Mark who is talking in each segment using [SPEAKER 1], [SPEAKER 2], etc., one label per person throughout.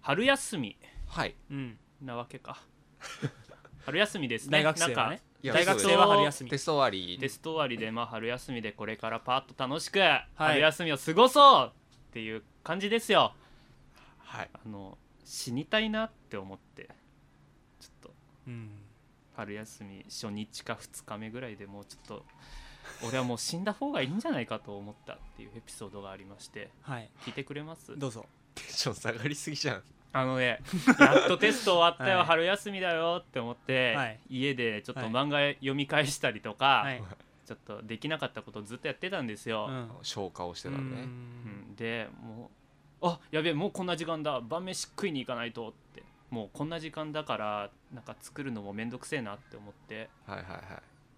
[SPEAKER 1] 春休み、
[SPEAKER 2] はい
[SPEAKER 1] うん、なわけ か春休みですね
[SPEAKER 3] 大学生は
[SPEAKER 1] なん
[SPEAKER 3] ね
[SPEAKER 1] か
[SPEAKER 2] いや
[SPEAKER 3] 大学生は春休み
[SPEAKER 2] テスト終わり
[SPEAKER 1] テスト終わりで、まあ、春休みでこれからパッと楽しく
[SPEAKER 3] は
[SPEAKER 1] 春
[SPEAKER 3] い
[SPEAKER 1] 休みを過ごそうっていう感じですよ、
[SPEAKER 2] はい
[SPEAKER 1] あの死にたいなって思ってちょっと
[SPEAKER 3] うん
[SPEAKER 1] 春休み初日か2日目ぐらいでもうちょっと俺はもう死んだ方がいいんじゃないかと思ったっていうエピソードがありまして
[SPEAKER 3] はい
[SPEAKER 1] 聞いてくれます
[SPEAKER 3] どうぞ
[SPEAKER 2] テンション下がりすぎじゃん
[SPEAKER 1] あの ねやっとテスト終わったよ、
[SPEAKER 3] はい
[SPEAKER 1] 春休みだよって思って、
[SPEAKER 3] はい
[SPEAKER 1] 家でちょっと
[SPEAKER 3] はい
[SPEAKER 1] 漫画読み返したりとか、
[SPEAKER 3] はい
[SPEAKER 1] ちょっとできなかったことをずっとやってたんですよ、
[SPEAKER 3] うん
[SPEAKER 2] 消化をして
[SPEAKER 3] う
[SPEAKER 2] たのね
[SPEAKER 3] ん
[SPEAKER 1] うんでもうあやべえもうこんな時間だ晩飯食いに行かないとってもうこんな時間だからなんか作るのもめんどくせえなって思って
[SPEAKER 2] はいはいはい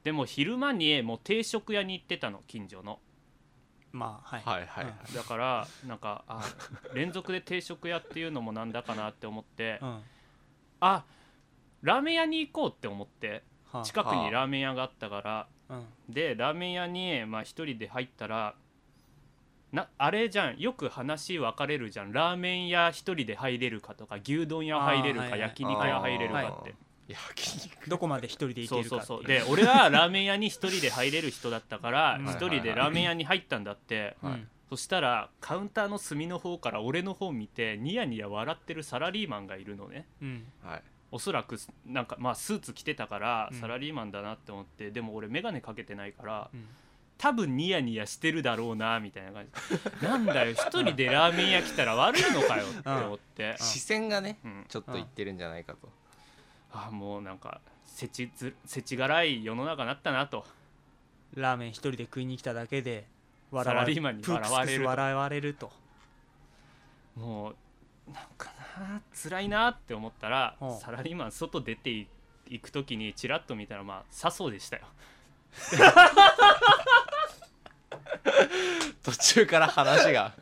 [SPEAKER 1] でも昼間にもう定食屋に行ってたの近所の
[SPEAKER 3] まあはい
[SPEAKER 2] はいはいはい
[SPEAKER 1] だからなんかあ連続で定食屋っていうのもなんだかなって思って
[SPEAKER 3] うんは
[SPEAKER 1] あラーメン屋に行こうって思って
[SPEAKER 3] あ
[SPEAKER 1] 近くにラーメン屋があったから
[SPEAKER 3] うん
[SPEAKER 1] でラーメン屋にまあ一人で入ったらなあれじゃんよく話分かれるじゃんラーメン屋一人で入れるかとか牛丼屋入れる
[SPEAKER 3] あーは
[SPEAKER 1] か
[SPEAKER 3] いはい
[SPEAKER 1] 焼肉屋入れるか
[SPEAKER 2] あ
[SPEAKER 1] っ
[SPEAKER 2] ー
[SPEAKER 1] て
[SPEAKER 2] 焼肉
[SPEAKER 3] どこまで一人で行
[SPEAKER 1] そ
[SPEAKER 3] け
[SPEAKER 1] う
[SPEAKER 3] る
[SPEAKER 1] そう
[SPEAKER 3] か
[SPEAKER 1] そう
[SPEAKER 3] ってい
[SPEAKER 1] で俺はラーメン屋に一人で入れる人だったから
[SPEAKER 3] うん
[SPEAKER 1] 一人でラーメン屋に入ったんだって
[SPEAKER 3] うん
[SPEAKER 2] はい
[SPEAKER 1] そしたらカウンターの隅の方から俺の方見てニヤニヤ笑ってるサラリーマンがいるのね
[SPEAKER 3] うん
[SPEAKER 2] はい
[SPEAKER 1] おそらくなんかまあスーツ着てたから
[SPEAKER 3] うん
[SPEAKER 1] サラリーマンだなって思ってでも俺眼鏡かけてないから
[SPEAKER 3] うん
[SPEAKER 1] 多分ニヤニヤしてるだろうなみたいな感じなんだよ一人でラーメン屋来たら悪いのかよって思って、
[SPEAKER 2] 視線がね
[SPEAKER 1] うん
[SPEAKER 2] ちょっといってるんじゃないかと
[SPEAKER 1] あもうなんかせちずせちがらい世の中になったなと
[SPEAKER 3] ラーメン一人で食いに来ただけで
[SPEAKER 1] サラリーマンに
[SPEAKER 3] プークス
[SPEAKER 1] 笑わ
[SPEAKER 3] ク
[SPEAKER 1] れ
[SPEAKER 3] ス
[SPEAKER 1] る
[SPEAKER 3] 笑われると
[SPEAKER 1] もうなんかな辛いなって思ったら
[SPEAKER 3] ほう
[SPEAKER 1] サラリーマン外出てい行く時にチラッと見たらまあ笹生でしたよ
[SPEAKER 2] 途中から話が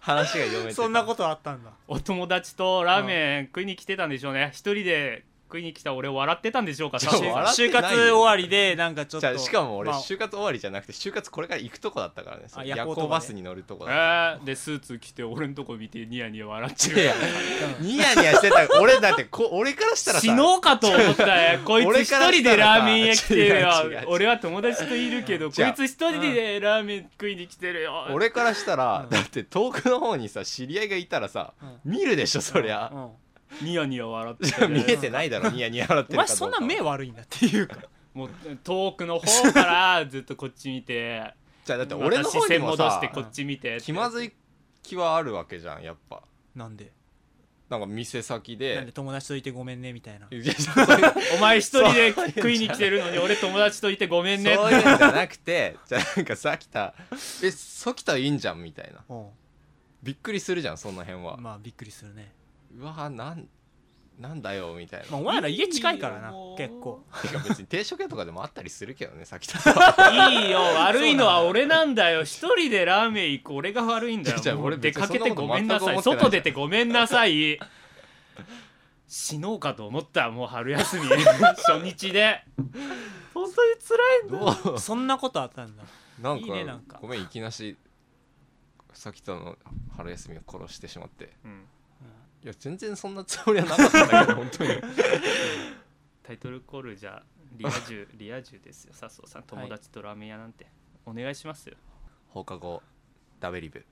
[SPEAKER 2] 話が読めてた
[SPEAKER 3] そんなことあったんだ
[SPEAKER 1] お友達とラーメン食いに来てたんでしょうね一人で食いに来た俺を笑ってたんでしょうか
[SPEAKER 2] ちょ
[SPEAKER 1] 笹生
[SPEAKER 2] 笑
[SPEAKER 1] さん
[SPEAKER 2] っ
[SPEAKER 3] 就
[SPEAKER 2] てな
[SPEAKER 3] 活
[SPEAKER 2] いよ
[SPEAKER 3] 終わりでなんかちょっ
[SPEAKER 2] じゃ
[SPEAKER 3] と
[SPEAKER 2] あしかも俺
[SPEAKER 3] まあ
[SPEAKER 2] 就活終わりじゃなくて就活これから行くとこだったからね
[SPEAKER 3] あ
[SPEAKER 2] 夜
[SPEAKER 3] 夜行とかね
[SPEAKER 2] 行バスに乗るとこだっ
[SPEAKER 1] えー、でスーツ着て俺のとこ見てニヤニヤ笑って
[SPEAKER 2] た
[SPEAKER 1] る
[SPEAKER 2] いやニヤニヤしてた俺だってこ俺からしたらさ
[SPEAKER 1] 死のうかと思 ったよこいつ
[SPEAKER 2] 俺
[SPEAKER 1] 一
[SPEAKER 2] から
[SPEAKER 1] 人
[SPEAKER 2] したら
[SPEAKER 1] で
[SPEAKER 2] さ
[SPEAKER 1] ラーメン屋来てるよ
[SPEAKER 2] 違う違う違う
[SPEAKER 1] 俺は友達といるけどこ
[SPEAKER 2] じゃあ
[SPEAKER 1] いつ一人でラーメン食いに来てるよ
[SPEAKER 2] 俺からしたら
[SPEAKER 3] うん
[SPEAKER 2] だって遠くの方にさ知り合いがいたらさ
[SPEAKER 3] うん
[SPEAKER 2] 見るでしょそりゃ
[SPEAKER 3] うんうん
[SPEAKER 1] ニヤニヤ笑って
[SPEAKER 2] じゃあ
[SPEAKER 1] た
[SPEAKER 2] 見えてないだろニヤニヤ笑って
[SPEAKER 3] お
[SPEAKER 2] るか
[SPEAKER 3] 前
[SPEAKER 2] どうか
[SPEAKER 3] そんな目悪いんだっていうか
[SPEAKER 1] もう遠くの方からずっとこっち見て
[SPEAKER 2] じゃあだって俺の
[SPEAKER 1] また
[SPEAKER 2] 方
[SPEAKER 1] 視
[SPEAKER 2] に
[SPEAKER 1] 線
[SPEAKER 2] も
[SPEAKER 1] 戻し
[SPEAKER 2] さ
[SPEAKER 1] てこっち見て
[SPEAKER 2] 気まずい気はあるわけじゃんやっぱ
[SPEAKER 3] なんで
[SPEAKER 2] なんか店先
[SPEAKER 3] なん
[SPEAKER 2] で
[SPEAKER 3] で友達といてごめんねみたいない
[SPEAKER 2] やそういう
[SPEAKER 1] お前一人で食いに来てるのに俺友達といてごめんね
[SPEAKER 2] そういうんじゃなくて じゃあなんかさきたえさきたいいんじゃんみたいな
[SPEAKER 3] うん
[SPEAKER 2] びっくりするじゃんその辺は
[SPEAKER 3] まあびっくりするね
[SPEAKER 2] うわなんなんだよみたいな
[SPEAKER 3] まあお前ら家近いから
[SPEAKER 1] いい
[SPEAKER 3] な
[SPEAKER 1] よもう
[SPEAKER 3] 結 構
[SPEAKER 2] てか別に定食屋とかでもあったりするけどねさきたはい
[SPEAKER 1] いよ悪いのは俺なんだよ一人でラーメン行く俺が悪いんだよ
[SPEAKER 2] じゃあ
[SPEAKER 1] もう
[SPEAKER 2] 俺
[SPEAKER 1] 出
[SPEAKER 2] 別に
[SPEAKER 1] か
[SPEAKER 2] そん
[SPEAKER 1] け
[SPEAKER 2] なこと
[SPEAKER 1] てごめんなさい
[SPEAKER 2] 全く思ってない
[SPEAKER 1] 外出てごめんなさい死のうかと思ったもう春 休み初日で本当に辛いんだ
[SPEAKER 2] どう
[SPEAKER 3] そんなことあったんだ
[SPEAKER 2] なんか
[SPEAKER 3] いいねなんか
[SPEAKER 2] ごめんいきなしさきたの春休みを殺してしまって
[SPEAKER 1] うん
[SPEAKER 2] いや全然そんなつもりはなかったんだけど本当に
[SPEAKER 1] タイトルコールじゃリア 充リア充ですよ笹生さん友達とラーメン屋なんて、お願いしますよ
[SPEAKER 2] 放課後ダベリブ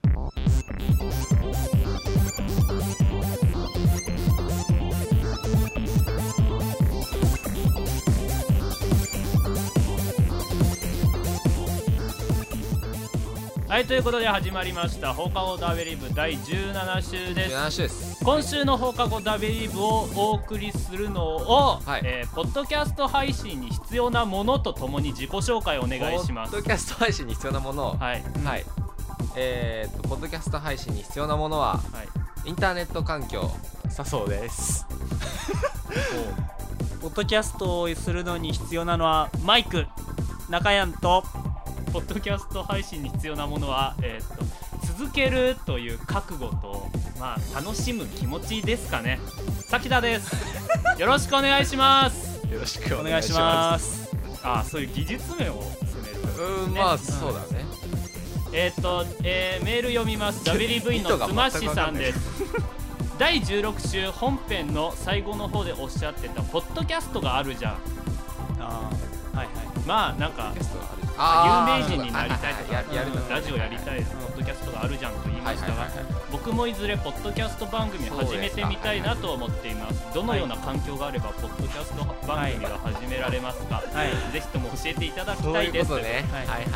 [SPEAKER 1] はいということで始まりました放課後ダーベリーブ第17週です
[SPEAKER 2] 7週です
[SPEAKER 1] 今週の放課後ダベリブをお送りするのを、
[SPEAKER 2] はい
[SPEAKER 1] えーポッドキャスト配信に必要なものとともに自己紹介をお願いしま
[SPEAKER 2] ポ
[SPEAKER 1] す
[SPEAKER 2] ッ。ドキャスト配信に必要なものを
[SPEAKER 1] はい、
[SPEAKER 2] はいえー、とポッドキャスト配信に必要なものは
[SPEAKER 1] はい、
[SPEAKER 2] インターネット環境
[SPEAKER 3] 笹生ですポッドキャストをするのに必要なのはマイク中山と
[SPEAKER 1] ポッドキャスト配信に必要なものは、えーっと続けるという覚悟と、まあ、楽しむ気持ちですかね。さきだです。よろしくお願いします。
[SPEAKER 2] よろしく
[SPEAKER 3] お
[SPEAKER 2] お
[SPEAKER 3] 願
[SPEAKER 2] 願
[SPEAKER 3] い
[SPEAKER 2] いし
[SPEAKER 3] しま
[SPEAKER 2] ます
[SPEAKER 1] あー、そういう技術面を攻める。
[SPEAKER 2] すうーんまあそうだね
[SPEAKER 1] えーっと、えーメール読みます。ダベリブイのつましさんです。第16週本編の最後の方でおっしゃってたポッドキャストがあるじゃん
[SPEAKER 3] ああはいはい
[SPEAKER 1] まあなんか
[SPEAKER 2] ゲストがある
[SPEAKER 1] 有名
[SPEAKER 2] あー
[SPEAKER 1] 人になりたいとか、
[SPEAKER 2] はいはいはいややる
[SPEAKER 1] うんラジオやりたい、
[SPEAKER 3] うん
[SPEAKER 1] ポッドキャストがあるじゃんと言いま
[SPEAKER 2] はい
[SPEAKER 1] し
[SPEAKER 2] は
[SPEAKER 1] た
[SPEAKER 2] い
[SPEAKER 1] が、
[SPEAKER 2] はいはい
[SPEAKER 1] 僕もいずれポッドキャスト番組始めてみたいなと思っていますどのような環境があればポッドキャスト番組が始められますか、
[SPEAKER 3] はい
[SPEAKER 1] ぜひとも教えていただき
[SPEAKER 2] そ
[SPEAKER 1] た
[SPEAKER 2] う
[SPEAKER 1] い
[SPEAKER 2] い
[SPEAKER 1] で
[SPEAKER 2] う
[SPEAKER 1] す
[SPEAKER 2] ことね
[SPEAKER 3] は
[SPEAKER 2] はいいはいはい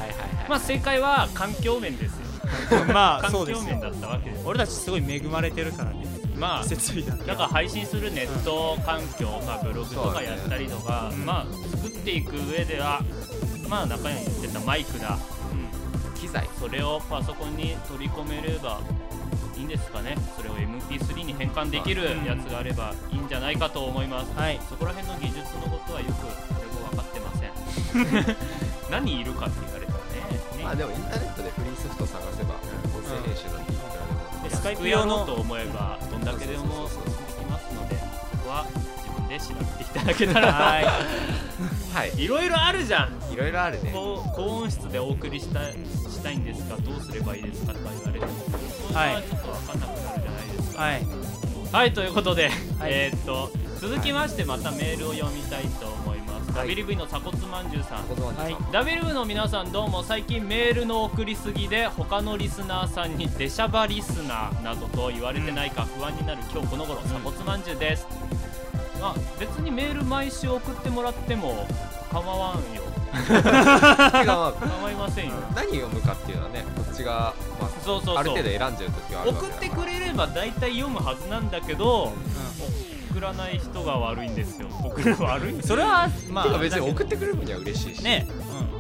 [SPEAKER 1] ま
[SPEAKER 2] は
[SPEAKER 1] あ正解は環境面ですよ
[SPEAKER 3] ま あ
[SPEAKER 1] 環
[SPEAKER 3] そうで
[SPEAKER 1] 境
[SPEAKER 3] す
[SPEAKER 1] 面
[SPEAKER 3] よ
[SPEAKER 1] だったわけです
[SPEAKER 3] 俺たちすごい恵まれてるからね
[SPEAKER 1] まあ
[SPEAKER 3] 設備だ
[SPEAKER 1] なんか配信するネット環境かブログとかやったりとか、
[SPEAKER 3] そうね
[SPEAKER 1] まあ作っていく上ではまあ中に言ってたマイクだ、
[SPEAKER 2] い機材
[SPEAKER 1] それをパソコンに取り込めればいいんですかねそれを MP3 に変換できるやつがあればいいんじゃないかと思います、
[SPEAKER 3] はい
[SPEAKER 1] そこら辺の技術のことはよく俺も分かってません 何いるかって言われたらね
[SPEAKER 2] まあ
[SPEAKER 1] ね
[SPEAKER 2] でもインターネットでフリーソフト探せば音声編集なんていくらでも
[SPEAKER 1] で
[SPEAKER 3] スカイプ
[SPEAKER 1] やろ
[SPEAKER 3] 用
[SPEAKER 1] う
[SPEAKER 3] の
[SPEAKER 1] と思えばどんだけでも
[SPEAKER 2] そうそう
[SPEAKER 1] で
[SPEAKER 2] そ
[SPEAKER 1] き
[SPEAKER 2] う
[SPEAKER 1] ますのでそこは自分で調べていただけたら
[SPEAKER 3] はい
[SPEAKER 2] は い
[SPEAKER 1] いろいろあるじゃん
[SPEAKER 2] いろいろあるね
[SPEAKER 1] 高高音質でお送りしたしたいんですがどうすればいいですかとか言われてもそれはちょっと分かんなくなるじゃないですか
[SPEAKER 3] はい
[SPEAKER 1] はい、ということで、
[SPEAKER 3] はい
[SPEAKER 1] えーっと続きましてまたメールを読みたいと思います、
[SPEAKER 2] はい
[SPEAKER 1] WV の鎖骨まんじゅうさん
[SPEAKER 2] ご存知
[SPEAKER 3] はい
[SPEAKER 2] か
[SPEAKER 1] WV の皆さんどうも最近メールの送りすぎで他のリスナーさんに「出しゃばリスナー」などと言われてないか不安になる今日この頃鎖骨まんじゅうです、まあ別にメール毎週送ってもらっても構わんよ
[SPEAKER 2] 手がま
[SPEAKER 1] 構いませんよ
[SPEAKER 2] あ何読むかっていうのはねこっちがまあ
[SPEAKER 1] そうそうそう
[SPEAKER 2] ある程度選んじゃう時はあるわ
[SPEAKER 1] 送
[SPEAKER 2] け
[SPEAKER 1] っ
[SPEAKER 2] だ
[SPEAKER 1] てくれれば大体読むはずなんだけど
[SPEAKER 3] う
[SPEAKER 1] 送らない人が悪いんですよ僕ら悪いんで
[SPEAKER 3] ん
[SPEAKER 1] す
[SPEAKER 3] それはま
[SPEAKER 2] てか
[SPEAKER 3] あ
[SPEAKER 2] 別に送ってくれる分には嬉しいし
[SPEAKER 3] ね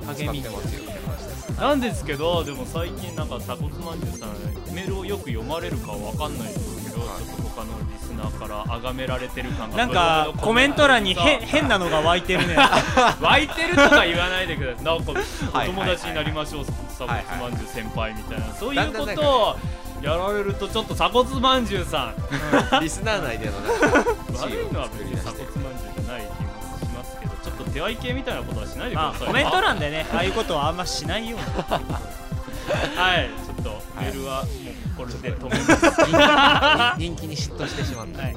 [SPEAKER 3] うん
[SPEAKER 2] 使
[SPEAKER 3] 励
[SPEAKER 2] っ
[SPEAKER 3] み
[SPEAKER 2] てますよって話です
[SPEAKER 1] なんですけどでも最近なんか鎖骨まんじゅうさんメールをよく読まれるかわかんないですけどちょ
[SPEAKER 2] はい
[SPEAKER 1] っと他のリスナーから崇められてる感が
[SPEAKER 3] なんかコメント欄にへ変なのが湧いて るね
[SPEAKER 1] 湧いてるとか言わないでくださいなんかお
[SPEAKER 2] い
[SPEAKER 1] 友達になりましょう鎖
[SPEAKER 2] はい
[SPEAKER 1] 骨まんじゅう先輩みたいなそうい
[SPEAKER 2] だ
[SPEAKER 1] うん
[SPEAKER 2] だ
[SPEAKER 1] こ
[SPEAKER 2] んなんか
[SPEAKER 1] とをやられるとちょっと鎖骨まんじゅうさん
[SPEAKER 2] ねリスナー内でのなんか
[SPEAKER 1] 悪いのは別に鎖
[SPEAKER 2] て
[SPEAKER 1] 骨まんじゅうじゃない気もしますけどちょっと手合い系みたいなことはしないでくだ
[SPEAKER 3] ま
[SPEAKER 1] さ
[SPEAKER 3] あ
[SPEAKER 1] い、
[SPEAKER 3] コメント欄でねああいうことはあんましないように
[SPEAKER 1] はいちょっとメールはもうこれで止めます、
[SPEAKER 2] 人気に嫉妬してしまった
[SPEAKER 3] はい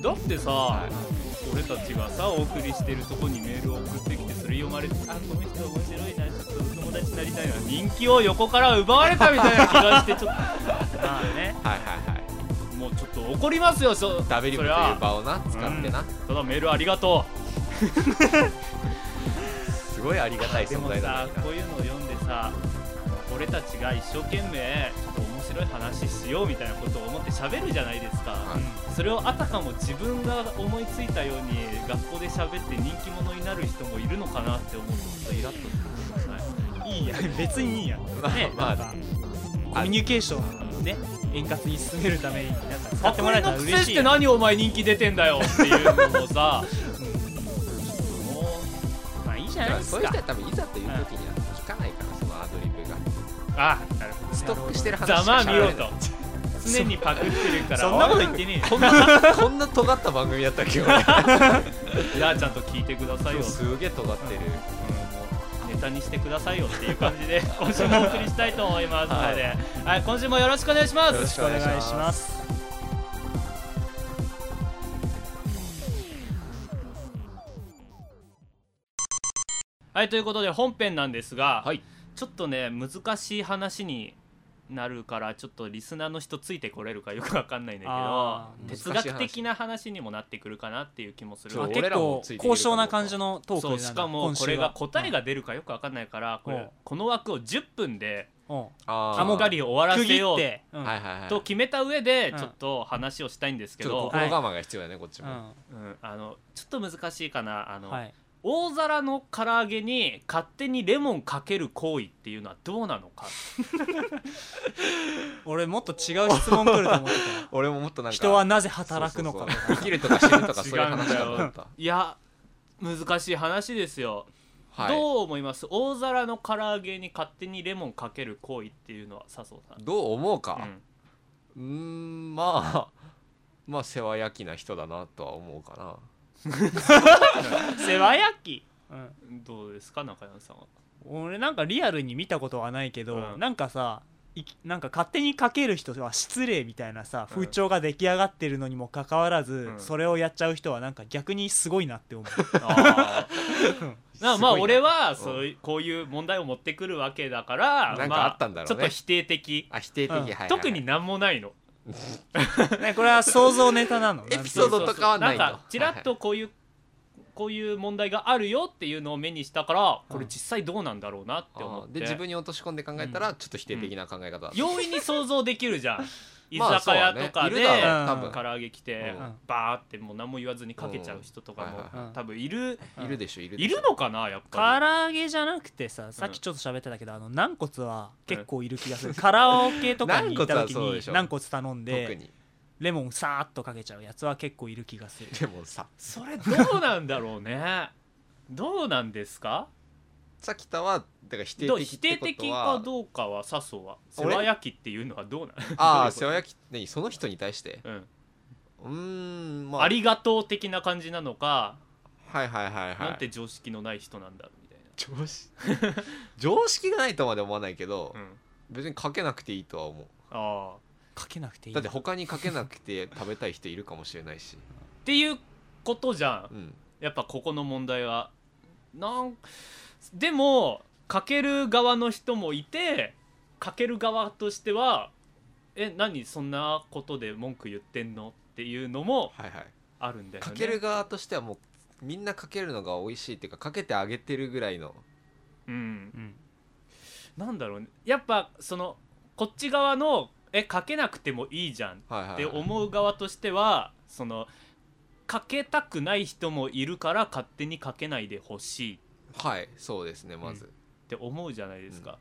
[SPEAKER 1] だってさ、
[SPEAKER 2] はい
[SPEAKER 1] 俺たちがさお送りしてるとこにメールを送ってきてそれ読まれてあこの人面白いなちょっと友達になりたいな人気を横から奪われたみたいな気がしてちょっとまあね
[SPEAKER 2] はいはいはい
[SPEAKER 1] もうちょっと怒りますよそ
[SPEAKER 2] ダベリブ
[SPEAKER 1] そ
[SPEAKER 2] とい
[SPEAKER 1] れ
[SPEAKER 2] う
[SPEAKER 1] は
[SPEAKER 2] 場をな使ってな
[SPEAKER 1] ただメールありがとう
[SPEAKER 2] すごいありがたい
[SPEAKER 1] で
[SPEAKER 2] 存
[SPEAKER 1] も
[SPEAKER 2] 在
[SPEAKER 1] さ
[SPEAKER 2] だね
[SPEAKER 1] こういうのを読んでさ俺たちが一生懸命ちょっと面白い話しようみたいなことを思って喋るじゃないですか、
[SPEAKER 2] はい
[SPEAKER 1] それをあたかも自分が思いついたように学校で喋って人気者になる人もいるのかなって思うとちょっとイラッとする、
[SPEAKER 3] いいや別にいいや
[SPEAKER 2] まあ
[SPEAKER 3] ね
[SPEAKER 2] ま
[SPEAKER 3] な
[SPEAKER 2] あ
[SPEAKER 3] んかコミュニケーションをね円滑に進めるためになんか使
[SPEAKER 1] あ
[SPEAKER 3] ってもらえたら
[SPEAKER 1] こ
[SPEAKER 3] 嬉
[SPEAKER 1] れの癖
[SPEAKER 3] し
[SPEAKER 1] っ
[SPEAKER 3] い
[SPEAKER 1] て
[SPEAKER 3] よ
[SPEAKER 1] 何お前人気出てんだよっていうのをさも
[SPEAKER 3] まあいいじゃ
[SPEAKER 2] だ
[SPEAKER 3] な
[SPEAKER 2] から
[SPEAKER 3] いです
[SPEAKER 2] そういう
[SPEAKER 3] か
[SPEAKER 2] 人は多分いざという時には聞かないからそのアドリブが
[SPEAKER 1] うあなるほど
[SPEAKER 2] ストックしてる
[SPEAKER 1] ざ
[SPEAKER 2] 話し
[SPEAKER 1] まあ
[SPEAKER 2] かし
[SPEAKER 1] 見
[SPEAKER 2] ゃべ
[SPEAKER 1] ろ
[SPEAKER 2] れな い
[SPEAKER 1] と常にパクってるから
[SPEAKER 3] そんなこと言ってねえよ
[SPEAKER 2] こんなこんな尖った番組だったっけ俺
[SPEAKER 1] いやちゃんと聞いてくださいよ
[SPEAKER 2] すげえ尖ってる
[SPEAKER 1] ネタにしてくださいよっていう感じで 今週もお送りしたいと思いますので、はい今週もよろしくお願いしま
[SPEAKER 2] よろ
[SPEAKER 1] す
[SPEAKER 2] しくお願いします
[SPEAKER 3] す
[SPEAKER 1] はいということで本編なんですが、
[SPEAKER 2] はい
[SPEAKER 1] ちょっとね難しい話になるからちょっとリスナーの人ついてこれるかよくわかんないんだ
[SPEAKER 3] あ
[SPEAKER 1] けど
[SPEAKER 2] ー
[SPEAKER 1] 哲学的な話にもなってくるかなっていう気もする
[SPEAKER 2] そう
[SPEAKER 3] あ
[SPEAKER 1] ので
[SPEAKER 2] 俺
[SPEAKER 3] 結
[SPEAKER 2] らも
[SPEAKER 3] 構
[SPEAKER 2] ついていけるかどうか
[SPEAKER 3] 高尚な感じのトーク
[SPEAKER 1] そう
[SPEAKER 3] にな
[SPEAKER 1] し
[SPEAKER 3] る
[SPEAKER 1] かもこれが答え
[SPEAKER 3] が
[SPEAKER 1] が出るかよくわかんないからこ
[SPEAKER 3] うん
[SPEAKER 1] れこの枠を10分で
[SPEAKER 2] あー
[SPEAKER 1] あもがり終わら
[SPEAKER 3] 区
[SPEAKER 1] せ
[SPEAKER 3] 切
[SPEAKER 1] よ
[SPEAKER 3] っ
[SPEAKER 1] う
[SPEAKER 3] てうん
[SPEAKER 2] はいはいはいち
[SPEAKER 1] と
[SPEAKER 2] ょっ
[SPEAKER 1] 決めた上で
[SPEAKER 3] うん
[SPEAKER 1] ちょっと話をしたいんですけ
[SPEAKER 2] と
[SPEAKER 1] ど、
[SPEAKER 2] 心構えが必要だねこっち
[SPEAKER 3] う
[SPEAKER 2] も
[SPEAKER 3] ん
[SPEAKER 1] うん、あのちょっと難しいかなあの、
[SPEAKER 3] はい
[SPEAKER 1] 大皿の唐揚げに勝手にレモンかける行為っていうのはどうなのか
[SPEAKER 3] 俺もっと違う質問来ると思ってた
[SPEAKER 2] 俺ももっとなんか
[SPEAKER 3] 人はなぜ働くの
[SPEAKER 2] そ
[SPEAKER 3] か
[SPEAKER 2] うそうそう生きるとか死ぬとかそういう話だ
[SPEAKER 1] 違
[SPEAKER 2] と思
[SPEAKER 1] う
[SPEAKER 2] った
[SPEAKER 1] いや難しい話ですよ、
[SPEAKER 2] はい
[SPEAKER 1] どう思います大皿の唐揚げに勝手にレモンかける行為っていうのは笹生さん
[SPEAKER 2] どう思う
[SPEAKER 1] う
[SPEAKER 2] か
[SPEAKER 1] ん
[SPEAKER 2] うーんまあ まあ世話焼きな人だなとは思うかな
[SPEAKER 3] 世話焼きうん
[SPEAKER 1] どうですか中山さんは
[SPEAKER 3] 俺なんかリアルに見たことはないけ
[SPEAKER 1] う
[SPEAKER 3] ど
[SPEAKER 1] ん
[SPEAKER 3] なんかさいきなんか勝手にかける人は失礼みたいなさ風潮が出来上がってるのにもかかわらず、
[SPEAKER 1] ん
[SPEAKER 3] それをやっちゃう人はなんか逆にすごいなっ て思う
[SPEAKER 1] あー なまあ
[SPEAKER 2] すごいな
[SPEAKER 1] 俺はそういうこういう問題を持ってくるわけだから
[SPEAKER 2] なん
[SPEAKER 1] ま
[SPEAKER 2] かあったんだろうね
[SPEAKER 1] ちょっと否定的
[SPEAKER 2] あ否定的、
[SPEAKER 3] うん
[SPEAKER 2] はいはいはい
[SPEAKER 1] 特になんもないの
[SPEAKER 3] ねこれは想像ネタなの
[SPEAKER 2] エピソードとかはないと
[SPEAKER 1] んかちらっとこういうこういう問題があるよっていうのを目にしたからこれ実際どうなんだろうなって思っ
[SPEAKER 2] あー
[SPEAKER 1] て
[SPEAKER 2] で自分に落とし込んで考えたらちょっと否定的な考え方だった、
[SPEAKER 1] 容易に想像できるじゃん居
[SPEAKER 2] まあ
[SPEAKER 1] 酒屋とか
[SPEAKER 2] そう
[SPEAKER 1] で
[SPEAKER 2] ねいるだろう
[SPEAKER 3] うん
[SPEAKER 2] 多分
[SPEAKER 3] う
[SPEAKER 1] 唐揚げ来て
[SPEAKER 2] うん
[SPEAKER 1] バーってもう何も言わずにかけちゃう人とか
[SPEAKER 2] うんはいはい
[SPEAKER 3] はい
[SPEAKER 1] も多分いる
[SPEAKER 3] うん
[SPEAKER 2] いるでしょいるでし
[SPEAKER 1] い
[SPEAKER 2] ょ
[SPEAKER 1] るのかなやっ
[SPEAKER 3] 唐
[SPEAKER 1] ぱ
[SPEAKER 3] 揚げじゃなくてささっきちょっと喋ってたけど、あの軟骨は結構いる気がする、カラオケとかに行った
[SPEAKER 2] 軟
[SPEAKER 3] 時
[SPEAKER 2] 骨はそう
[SPEAKER 3] に
[SPEAKER 2] でしょ
[SPEAKER 3] 軟骨頼ん
[SPEAKER 2] 特
[SPEAKER 3] で
[SPEAKER 2] に
[SPEAKER 3] レモンさーっとかけちゃうやつは結構いる気がする
[SPEAKER 2] でもさ
[SPEAKER 1] りそれどうなんだろうねどうなんですか
[SPEAKER 2] さきたはだから否定
[SPEAKER 1] どう
[SPEAKER 2] 的
[SPEAKER 1] 否
[SPEAKER 2] って
[SPEAKER 1] 定
[SPEAKER 2] こと
[SPEAKER 1] 的か
[SPEAKER 2] は
[SPEAKER 1] どうかは笹生は世
[SPEAKER 2] 俺
[SPEAKER 1] 話焼きっていうのはどうな
[SPEAKER 2] あ
[SPEAKER 1] ど
[SPEAKER 2] あ世
[SPEAKER 1] うい
[SPEAKER 2] 話
[SPEAKER 1] う
[SPEAKER 2] 焼き何その人に対して
[SPEAKER 1] の、うん
[SPEAKER 2] うーんまあ
[SPEAKER 1] ありがとう的な感じなのか、
[SPEAKER 2] はいはいはいはい
[SPEAKER 1] なんて常識のない人なんだみたい
[SPEAKER 2] 常識 常識がないとまで思わないけど、
[SPEAKER 1] な、うん、
[SPEAKER 2] 別にかけなくていいとは思う
[SPEAKER 1] ああ
[SPEAKER 3] かけなくていい
[SPEAKER 2] だって他にかけなくて食べたい人いるかもしれないし、
[SPEAKER 1] っていうことじゃん
[SPEAKER 2] うん、
[SPEAKER 1] やっぱここの問題はなんでもかける側の人もいてかける側としてはえ何そんなことで文句言ってんのっていうのも
[SPEAKER 2] はいはい
[SPEAKER 1] あるんだよね
[SPEAKER 2] かける側としてはもうみんなかけるのが美味しいっていうかかけてあげてるぐらいの
[SPEAKER 1] うん
[SPEAKER 3] うん
[SPEAKER 1] なんだろうねやっぱそのこっち側のえかけなくてもいいじゃん
[SPEAKER 2] はいはい
[SPEAKER 1] っ
[SPEAKER 2] はい
[SPEAKER 1] て思う側としてはそのかけたくない人もいるから勝手にかけないでほしいっ
[SPEAKER 2] はいそうですねまず、
[SPEAKER 1] て思うじゃないですか、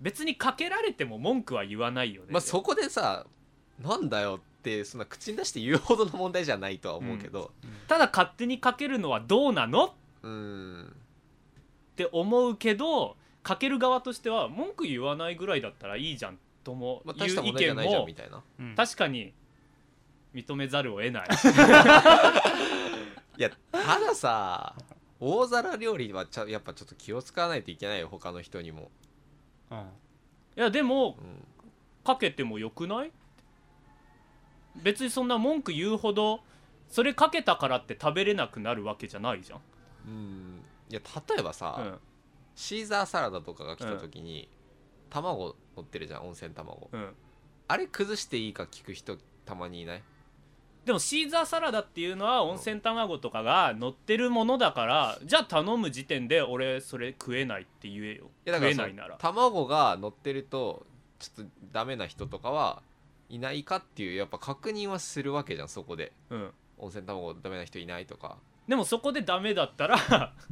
[SPEAKER 1] 別にかけられても文句は言わないよね
[SPEAKER 2] まあそこでさなんだよってそんな口に出して言うほどの問題じゃないとは思うけど
[SPEAKER 1] ただ勝手にかけるのはどうなのっ
[SPEAKER 2] うーん
[SPEAKER 1] て思うけどかける側としては文句言わないぐらいだったらいいじゃんとも
[SPEAKER 2] まあ
[SPEAKER 1] い
[SPEAKER 2] 大し
[SPEAKER 1] う
[SPEAKER 2] た
[SPEAKER 1] 意
[SPEAKER 2] 問題じゃ
[SPEAKER 1] 見
[SPEAKER 2] ないじゃん
[SPEAKER 1] も
[SPEAKER 2] みたいな
[SPEAKER 3] うん
[SPEAKER 1] 確かに認めざるを得 ない
[SPEAKER 2] いやたださ大皿料理はちゃやっぱちょっと気を使わないといけないよ他の人にも、
[SPEAKER 3] うん
[SPEAKER 1] いやでも
[SPEAKER 2] うん、
[SPEAKER 1] かけてもよくない別にそんな文句言うほどそれかけたからって食べれなくなるわけじゃないじゃん、
[SPEAKER 2] うんいや例えばさ、
[SPEAKER 1] うん
[SPEAKER 2] シーザーサラダとかが来た時に、卵乗ってるじゃん温泉卵
[SPEAKER 1] うん、
[SPEAKER 2] あれ崩していいか聞く人たまにいない
[SPEAKER 1] でもシーザーサラダっていうのは温泉卵とかが乗ってるものだからじゃあ頼む時点で俺それ食えないって言えよ
[SPEAKER 2] いやだ
[SPEAKER 1] 食
[SPEAKER 2] から
[SPEAKER 1] え
[SPEAKER 2] そ
[SPEAKER 1] な
[SPEAKER 2] の
[SPEAKER 1] いなら
[SPEAKER 2] 卵が乗ってるとちょっとダメな人とかはいないかっていうやっぱ確認はするわけじゃんそこで
[SPEAKER 1] うん
[SPEAKER 2] 温泉卵ダメな人いないとか
[SPEAKER 1] でもそこでダメだったら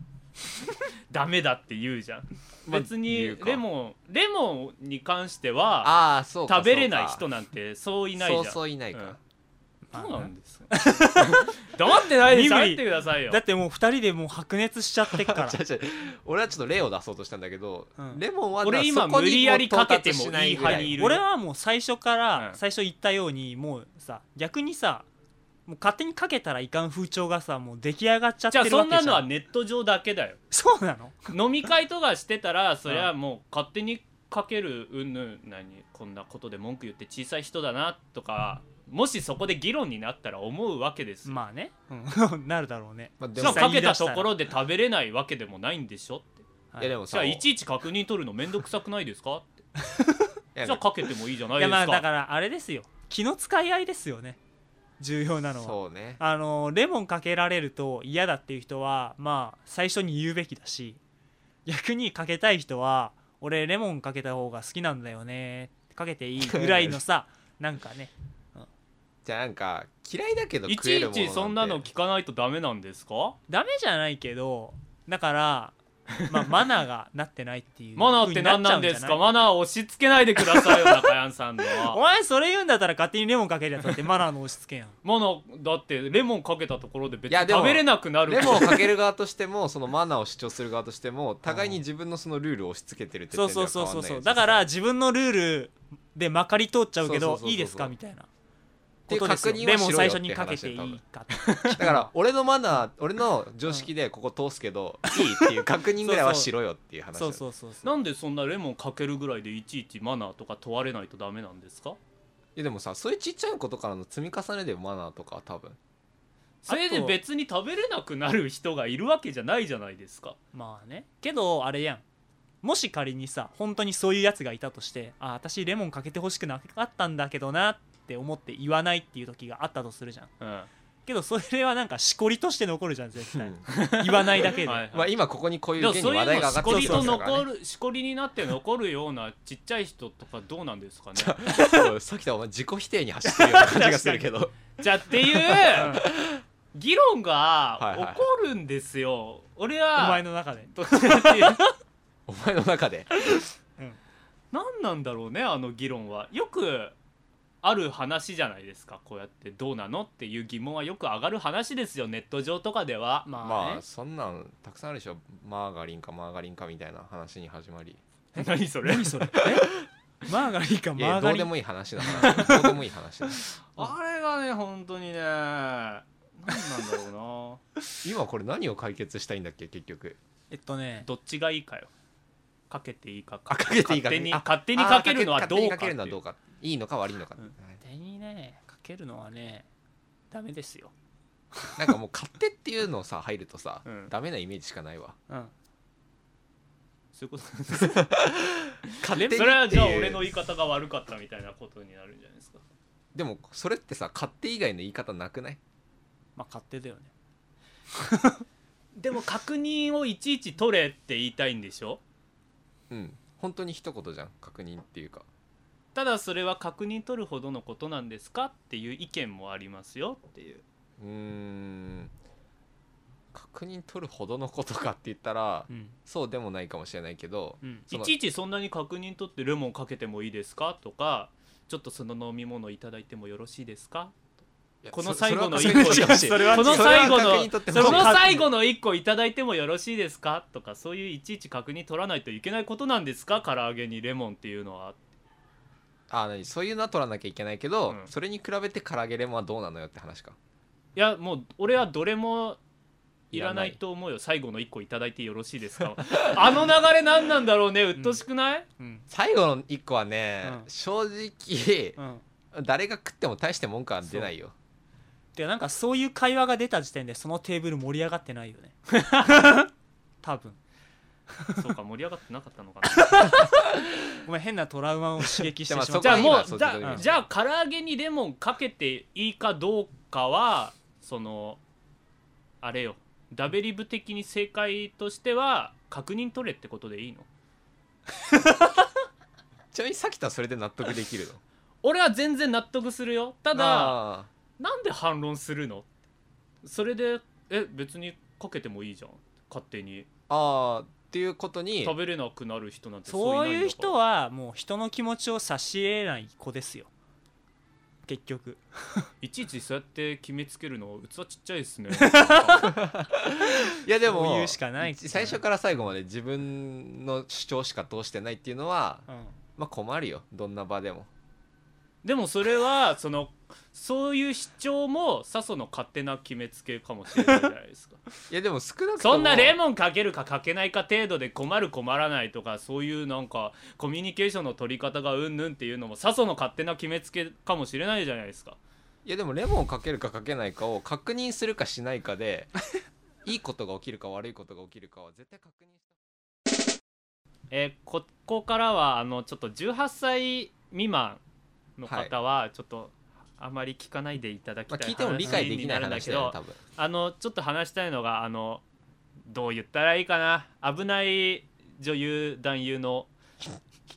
[SPEAKER 1] ダメだって言うじゃん
[SPEAKER 2] まあ
[SPEAKER 1] 別
[SPEAKER 2] 言
[SPEAKER 1] に
[SPEAKER 2] うか
[SPEAKER 1] レモンレモンに関しては
[SPEAKER 2] ああそうか
[SPEAKER 1] 食べれない
[SPEAKER 2] そう
[SPEAKER 1] 人
[SPEAKER 2] か
[SPEAKER 1] なんてそういないじゃん
[SPEAKER 2] そうそういないか、
[SPEAKER 1] どう
[SPEAKER 3] ま
[SPEAKER 1] な
[SPEAKER 3] あね
[SPEAKER 1] んですか 黙ってないで
[SPEAKER 3] 身振り
[SPEAKER 1] 喋ってくださいよ
[SPEAKER 3] だってもう二人でもう白熱しちゃって っから
[SPEAKER 2] 違う違う俺はちょっと例を出そうとしたんだけど、
[SPEAKER 3] うん
[SPEAKER 2] レモンは
[SPEAKER 1] 俺今
[SPEAKER 2] そこ
[SPEAKER 1] 無
[SPEAKER 2] に
[SPEAKER 1] 理やりかけても
[SPEAKER 2] 到達しない
[SPEAKER 1] い
[SPEAKER 2] ぐら
[SPEAKER 1] 派にいるよ
[SPEAKER 3] 俺はもう最初から、
[SPEAKER 1] うん
[SPEAKER 3] 最初言ったようにもうさ逆にさもう勝手にかけたらいかん風潮がさもう出来上がっちゃって
[SPEAKER 1] じ
[SPEAKER 3] る
[SPEAKER 1] ゃ
[SPEAKER 3] わ
[SPEAKER 1] あ
[SPEAKER 3] け
[SPEAKER 1] そんなのは
[SPEAKER 3] じゃ
[SPEAKER 1] ネット上だけだよ
[SPEAKER 3] そう なの
[SPEAKER 1] 飲み会とかしてたらそりゃもう勝手にかけるうんぬん何こんなことで文句言って小さい人だなとかもしそこで議論になったら思うわけですよ、
[SPEAKER 3] まあね、うん、 なるだろうね
[SPEAKER 2] まあ、で
[SPEAKER 1] し
[SPEAKER 2] も
[SPEAKER 1] かも
[SPEAKER 2] さ
[SPEAKER 1] かけたところで食べれないわけでもないんでしょって
[SPEAKER 2] いやでも
[SPEAKER 1] じゃ
[SPEAKER 2] さ
[SPEAKER 1] あいちいち確認取るのめんどくさくないですかって
[SPEAKER 2] いや
[SPEAKER 1] じゃあかけてもいいじゃない
[SPEAKER 3] い
[SPEAKER 1] です
[SPEAKER 3] やま
[SPEAKER 1] か
[SPEAKER 3] あだからあれですよ気の使い合いですよね重要なのは
[SPEAKER 2] そうね
[SPEAKER 3] あのレモンかけられると嫌だっていう人はまあ最初に言うべきだし逆にかけたい人は俺レモンかけた方が好きなんだよねかけていいぐらい のさなんかね
[SPEAKER 2] じゃあなんか嫌いだけど
[SPEAKER 1] い
[SPEAKER 2] 食
[SPEAKER 1] ち
[SPEAKER 2] える
[SPEAKER 1] い
[SPEAKER 2] ものなん
[SPEAKER 1] ち
[SPEAKER 2] て
[SPEAKER 1] そんなの聞かないとダメなんですか
[SPEAKER 3] ダメじゃないけどだから、 まあ、マナーがなってないっていう
[SPEAKER 1] マナーって何なんです
[SPEAKER 3] 風
[SPEAKER 1] か
[SPEAKER 3] になっちゃうんじゃな
[SPEAKER 1] マ
[SPEAKER 3] い
[SPEAKER 1] ナーを押し付けないでくださいよ中山さんのは
[SPEAKER 3] お前それ言うんだったら勝手にレモンかけるやつだってマナーの押し付けやん
[SPEAKER 1] マナーだってレモンかけたところで別
[SPEAKER 2] いや
[SPEAKER 1] に
[SPEAKER 2] でも
[SPEAKER 1] 食べれなくなる
[SPEAKER 2] レモンをかける側としても そのマナーを主張する側としても互いに自分のそのルールを押し付けてるって
[SPEAKER 3] そ
[SPEAKER 2] 点
[SPEAKER 3] う
[SPEAKER 2] では
[SPEAKER 3] そう
[SPEAKER 2] 変
[SPEAKER 3] そう
[SPEAKER 2] わん
[SPEAKER 3] そ
[SPEAKER 2] ない
[SPEAKER 3] うそう
[SPEAKER 2] よ
[SPEAKER 3] だから自分のルールでまかり通っちゃう
[SPEAKER 2] そ
[SPEAKER 3] け
[SPEAKER 2] う
[SPEAKER 3] ど
[SPEAKER 2] そうそうそうそう
[SPEAKER 3] いいですかみたいな
[SPEAKER 2] ていう
[SPEAKER 3] ことですよ
[SPEAKER 2] 確認
[SPEAKER 3] レ
[SPEAKER 2] は
[SPEAKER 3] モン
[SPEAKER 2] しろ
[SPEAKER 3] 最
[SPEAKER 2] よっ
[SPEAKER 3] 初
[SPEAKER 2] て
[SPEAKER 3] に
[SPEAKER 2] いう
[SPEAKER 3] かけ
[SPEAKER 2] 話だ
[SPEAKER 3] ていい
[SPEAKER 2] 多分
[SPEAKER 3] かって
[SPEAKER 2] だから俺のマナー俺の常識でここ通すけど、いいっていう確認ぐらいはしろよっていう話だ
[SPEAKER 3] そうそうそうそう
[SPEAKER 1] なんでそんなレモンかけるぐらいでいちいちマナーとか問われないとダメなんですか
[SPEAKER 2] いやでもさそういうちっちゃいことからの積み重ねでマナーとかは多分
[SPEAKER 1] それで別に食べれなくなる人がいるわけじゃないじゃないですか
[SPEAKER 3] まあねけどあれやんもし仮にさ本当にそういうやつがいたとしてあ私レモンかけてほしくなかったんだけどなって思って言わないっていう時があったとするじゃん
[SPEAKER 1] うん、は
[SPEAKER 3] けどそれはなんかしこりとして残るじゃん絶 対
[SPEAKER 2] うん
[SPEAKER 3] 言わないだ
[SPEAKER 1] い
[SPEAKER 3] けで、
[SPEAKER 1] はい
[SPEAKER 2] まあ今ここにこうい
[SPEAKER 1] でも
[SPEAKER 2] う現
[SPEAKER 1] そ
[SPEAKER 2] に
[SPEAKER 1] ういう
[SPEAKER 2] 話題
[SPEAKER 1] の
[SPEAKER 2] が
[SPEAKER 1] し
[SPEAKER 2] 上がって
[SPEAKER 1] こ
[SPEAKER 2] ま
[SPEAKER 1] り
[SPEAKER 2] す
[SPEAKER 1] と
[SPEAKER 2] から
[SPEAKER 1] 残
[SPEAKER 2] ね
[SPEAKER 1] るしこりになって残るようなちっちゃい人とかどうなんですかね
[SPEAKER 2] そうさっきとはお前自己否定に走ってるような感じがするけど
[SPEAKER 1] じゃあっていう議論
[SPEAKER 2] はいはいは
[SPEAKER 1] が
[SPEAKER 2] い
[SPEAKER 1] 起こるんですよ俺
[SPEAKER 3] お前
[SPEAKER 1] は
[SPEAKER 3] の中で
[SPEAKER 1] どっちかっていう
[SPEAKER 2] お前の中で
[SPEAKER 1] 何なんだろうねあの議論はよくある話じゃないですかこうやってどうなのっていう疑問はよく上がる話ですよネット上とかでは
[SPEAKER 3] まあ、ね
[SPEAKER 2] まあそんなんたくさんあるでしょマーガリンかマーガリンかみたいな話に始まり
[SPEAKER 1] 何それ
[SPEAKER 3] 何それえマーガリンか
[SPEAKER 2] い
[SPEAKER 3] マ
[SPEAKER 2] や
[SPEAKER 3] ーガ
[SPEAKER 2] どう
[SPEAKER 3] リ
[SPEAKER 2] で
[SPEAKER 3] ン
[SPEAKER 2] もいい話だ などうでもいい話だな
[SPEAKER 1] あれがね本当にね何なんだろう
[SPEAKER 2] 今これ何を解決したいんだっけ結局
[SPEAKER 3] えっと
[SPEAKER 1] な
[SPEAKER 3] ね
[SPEAKER 1] どっちがいいかよかけていいか
[SPEAKER 2] あかけていい
[SPEAKER 1] 勝
[SPEAKER 2] か
[SPEAKER 1] 手に
[SPEAKER 2] あ
[SPEAKER 1] 勝手にかけるのはどうか
[SPEAKER 2] あ勝手にかけるのは
[SPEAKER 1] ってい
[SPEAKER 2] ど
[SPEAKER 1] う
[SPEAKER 2] うかいいのか悪いのか、
[SPEAKER 1] うん
[SPEAKER 2] はい
[SPEAKER 3] 手にねかけるのはねダメですよ
[SPEAKER 2] なんかもう勝手っていうのさ入るとさ、
[SPEAKER 1] うん
[SPEAKER 2] ダメなイメージしかないわ
[SPEAKER 3] うん
[SPEAKER 1] そういうこと
[SPEAKER 2] 勝手にっていう
[SPEAKER 1] それはじゃあ俺の言い方が悪かったみたいなことになるんじゃないですか
[SPEAKER 2] でもそれってさ勝手以外の言い方なくない
[SPEAKER 3] まあ勝手だよね
[SPEAKER 1] でも確認をいちいち取れって言いたいんでしょ
[SPEAKER 2] うん本当に一言じゃん確認っていうか
[SPEAKER 1] ただそれは確認取るほどのことなんですかっていう意見もありますよっていう
[SPEAKER 2] うーん確認取るほどのことかって言ったら
[SPEAKER 3] うん
[SPEAKER 2] そうでもないかもしれないけど
[SPEAKER 3] うん
[SPEAKER 2] そ
[SPEAKER 1] い
[SPEAKER 2] の
[SPEAKER 1] ちいちそんなに確認取ってレモンかけてもいいですかとかちょっとその飲み物いただいてもよろしいですか
[SPEAKER 2] いや
[SPEAKER 1] この
[SPEAKER 2] そ
[SPEAKER 1] 最後の
[SPEAKER 2] そ
[SPEAKER 1] 一
[SPEAKER 2] れは
[SPEAKER 1] 個
[SPEAKER 2] 確認してほしい
[SPEAKER 3] それは
[SPEAKER 1] この最後
[SPEAKER 2] そ
[SPEAKER 1] の
[SPEAKER 2] れは確認取ってほしい
[SPEAKER 1] この最後の1個いただいてもよろしいですかとかそういういちいち確認取らないといけないことなんですか唐揚げにレモンっていうのは
[SPEAKER 2] あ何そういうのは取らなきゃいけないけど、
[SPEAKER 1] うん
[SPEAKER 2] それに比べて唐揚げレモンはどうなのよって話か
[SPEAKER 1] いやもう俺はどれもいらないと思うよ最後の1個いただいてよろしいです かあの流れ何なんだろうね鬱陶しくない、
[SPEAKER 3] うん
[SPEAKER 2] 最後の一個はね、
[SPEAKER 3] うん
[SPEAKER 2] 正直
[SPEAKER 3] うん
[SPEAKER 2] 誰が食っても大して文句は出ないよ
[SPEAKER 3] てかなんかそういう会話が出た時点でそのテーブル盛り上がってないよね多分
[SPEAKER 1] そうか盛り上がってなかったのかな
[SPEAKER 3] ごめん変なトラウマを刺激してしまっ
[SPEAKER 2] じゃあ
[SPEAKER 1] じゃ
[SPEAKER 3] た
[SPEAKER 1] あも
[SPEAKER 2] そう
[SPEAKER 1] じ
[SPEAKER 2] こは今
[SPEAKER 1] ゃあ
[SPEAKER 2] そ
[SPEAKER 1] じゃあ唐揚げにレモンかけていいかどうかはそのあれよダベリブ的に正解としては確認取れってことでいいの
[SPEAKER 2] ちなみにさきたはそれで納得できるの
[SPEAKER 1] 俺は全然納得するよた
[SPEAKER 2] た
[SPEAKER 1] だなんで反論するのそれでえ別にかけてもいいじゃん勝手に
[SPEAKER 2] あーっていうことに
[SPEAKER 1] 食べれなくなる人なんて
[SPEAKER 3] そういう人
[SPEAKER 1] は
[SPEAKER 3] はもう人の気持ちを差し入れない子ですよ結局
[SPEAKER 1] いちいちそうやって決めつけるの器ちっちゃいですね
[SPEAKER 2] いやでも
[SPEAKER 3] そういうしかない
[SPEAKER 2] 最初から最後まで自分の主張しか通してないっていうのは、
[SPEAKER 3] うん
[SPEAKER 2] まあ、困るよどんな場でも
[SPEAKER 1] でもそれはそのそういう主張もさその勝手な決めつけかもしれないじゃないです か
[SPEAKER 2] いやでも少なくとも
[SPEAKER 1] そんなレモンかけるかかけないか程度で困る困らないとかそういうなんかコミュニケーションの取り方がうんぬんっていうのもさその勝手な決めつけかもしれないじゃないですか
[SPEAKER 2] いやでもレモンかけるかかけないかを確認するかしないかでいいことが起きるか悪いことが起きるかは絶対確認した
[SPEAKER 1] えーここからはあのちょっと18歳未満の方はちょっとあまり聞かないでいただきた
[SPEAKER 2] ま
[SPEAKER 1] い
[SPEAKER 2] あ、聞いても理解できない
[SPEAKER 1] 話にるんだ
[SPEAKER 2] 話
[SPEAKER 1] けど
[SPEAKER 2] だよね多分
[SPEAKER 1] あのちょっと話したいのがあのどう言ったらいいかな危ない女優男優の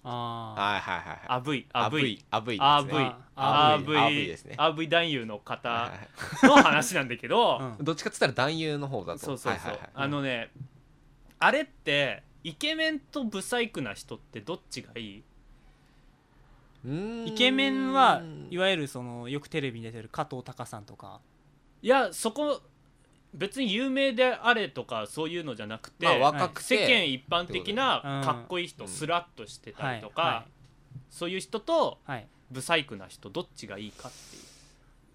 [SPEAKER 3] あ
[SPEAKER 2] はいはいはいはい
[SPEAKER 1] アブイアブイ
[SPEAKER 2] あぶい
[SPEAKER 1] ア
[SPEAKER 2] あぶ
[SPEAKER 1] ブ
[SPEAKER 2] いです
[SPEAKER 1] イ
[SPEAKER 2] ね
[SPEAKER 3] ね
[SPEAKER 1] ア
[SPEAKER 2] あ
[SPEAKER 1] ブイアブ
[SPEAKER 2] ぶいあぶいですね
[SPEAKER 1] イ男優の
[SPEAKER 2] はい
[SPEAKER 1] 方
[SPEAKER 2] はいはい
[SPEAKER 1] の話なんだけど、
[SPEAKER 3] うん
[SPEAKER 2] どっちかっつったら男優の方だと
[SPEAKER 1] そうそうそう、
[SPEAKER 2] はいはいはい
[SPEAKER 1] あのねあれってイケメンとブサイクな人ってどっちがいい
[SPEAKER 2] うん
[SPEAKER 3] イケメンはいわゆるそのよくテレビに出てる加藤隆さんとか
[SPEAKER 1] いやそこ別に有名であれとかそういうのじゃなくて、
[SPEAKER 2] まあ若く
[SPEAKER 1] 世
[SPEAKER 2] て、
[SPEAKER 1] 間一般的な
[SPEAKER 3] うん
[SPEAKER 1] かっこいい人、
[SPEAKER 2] うん
[SPEAKER 1] スラッとしてた
[SPEAKER 3] は
[SPEAKER 1] り
[SPEAKER 3] い
[SPEAKER 1] とか、
[SPEAKER 3] は
[SPEAKER 1] そういう人と
[SPEAKER 3] いはい
[SPEAKER 1] ブサイクな人どっちがいいかっていう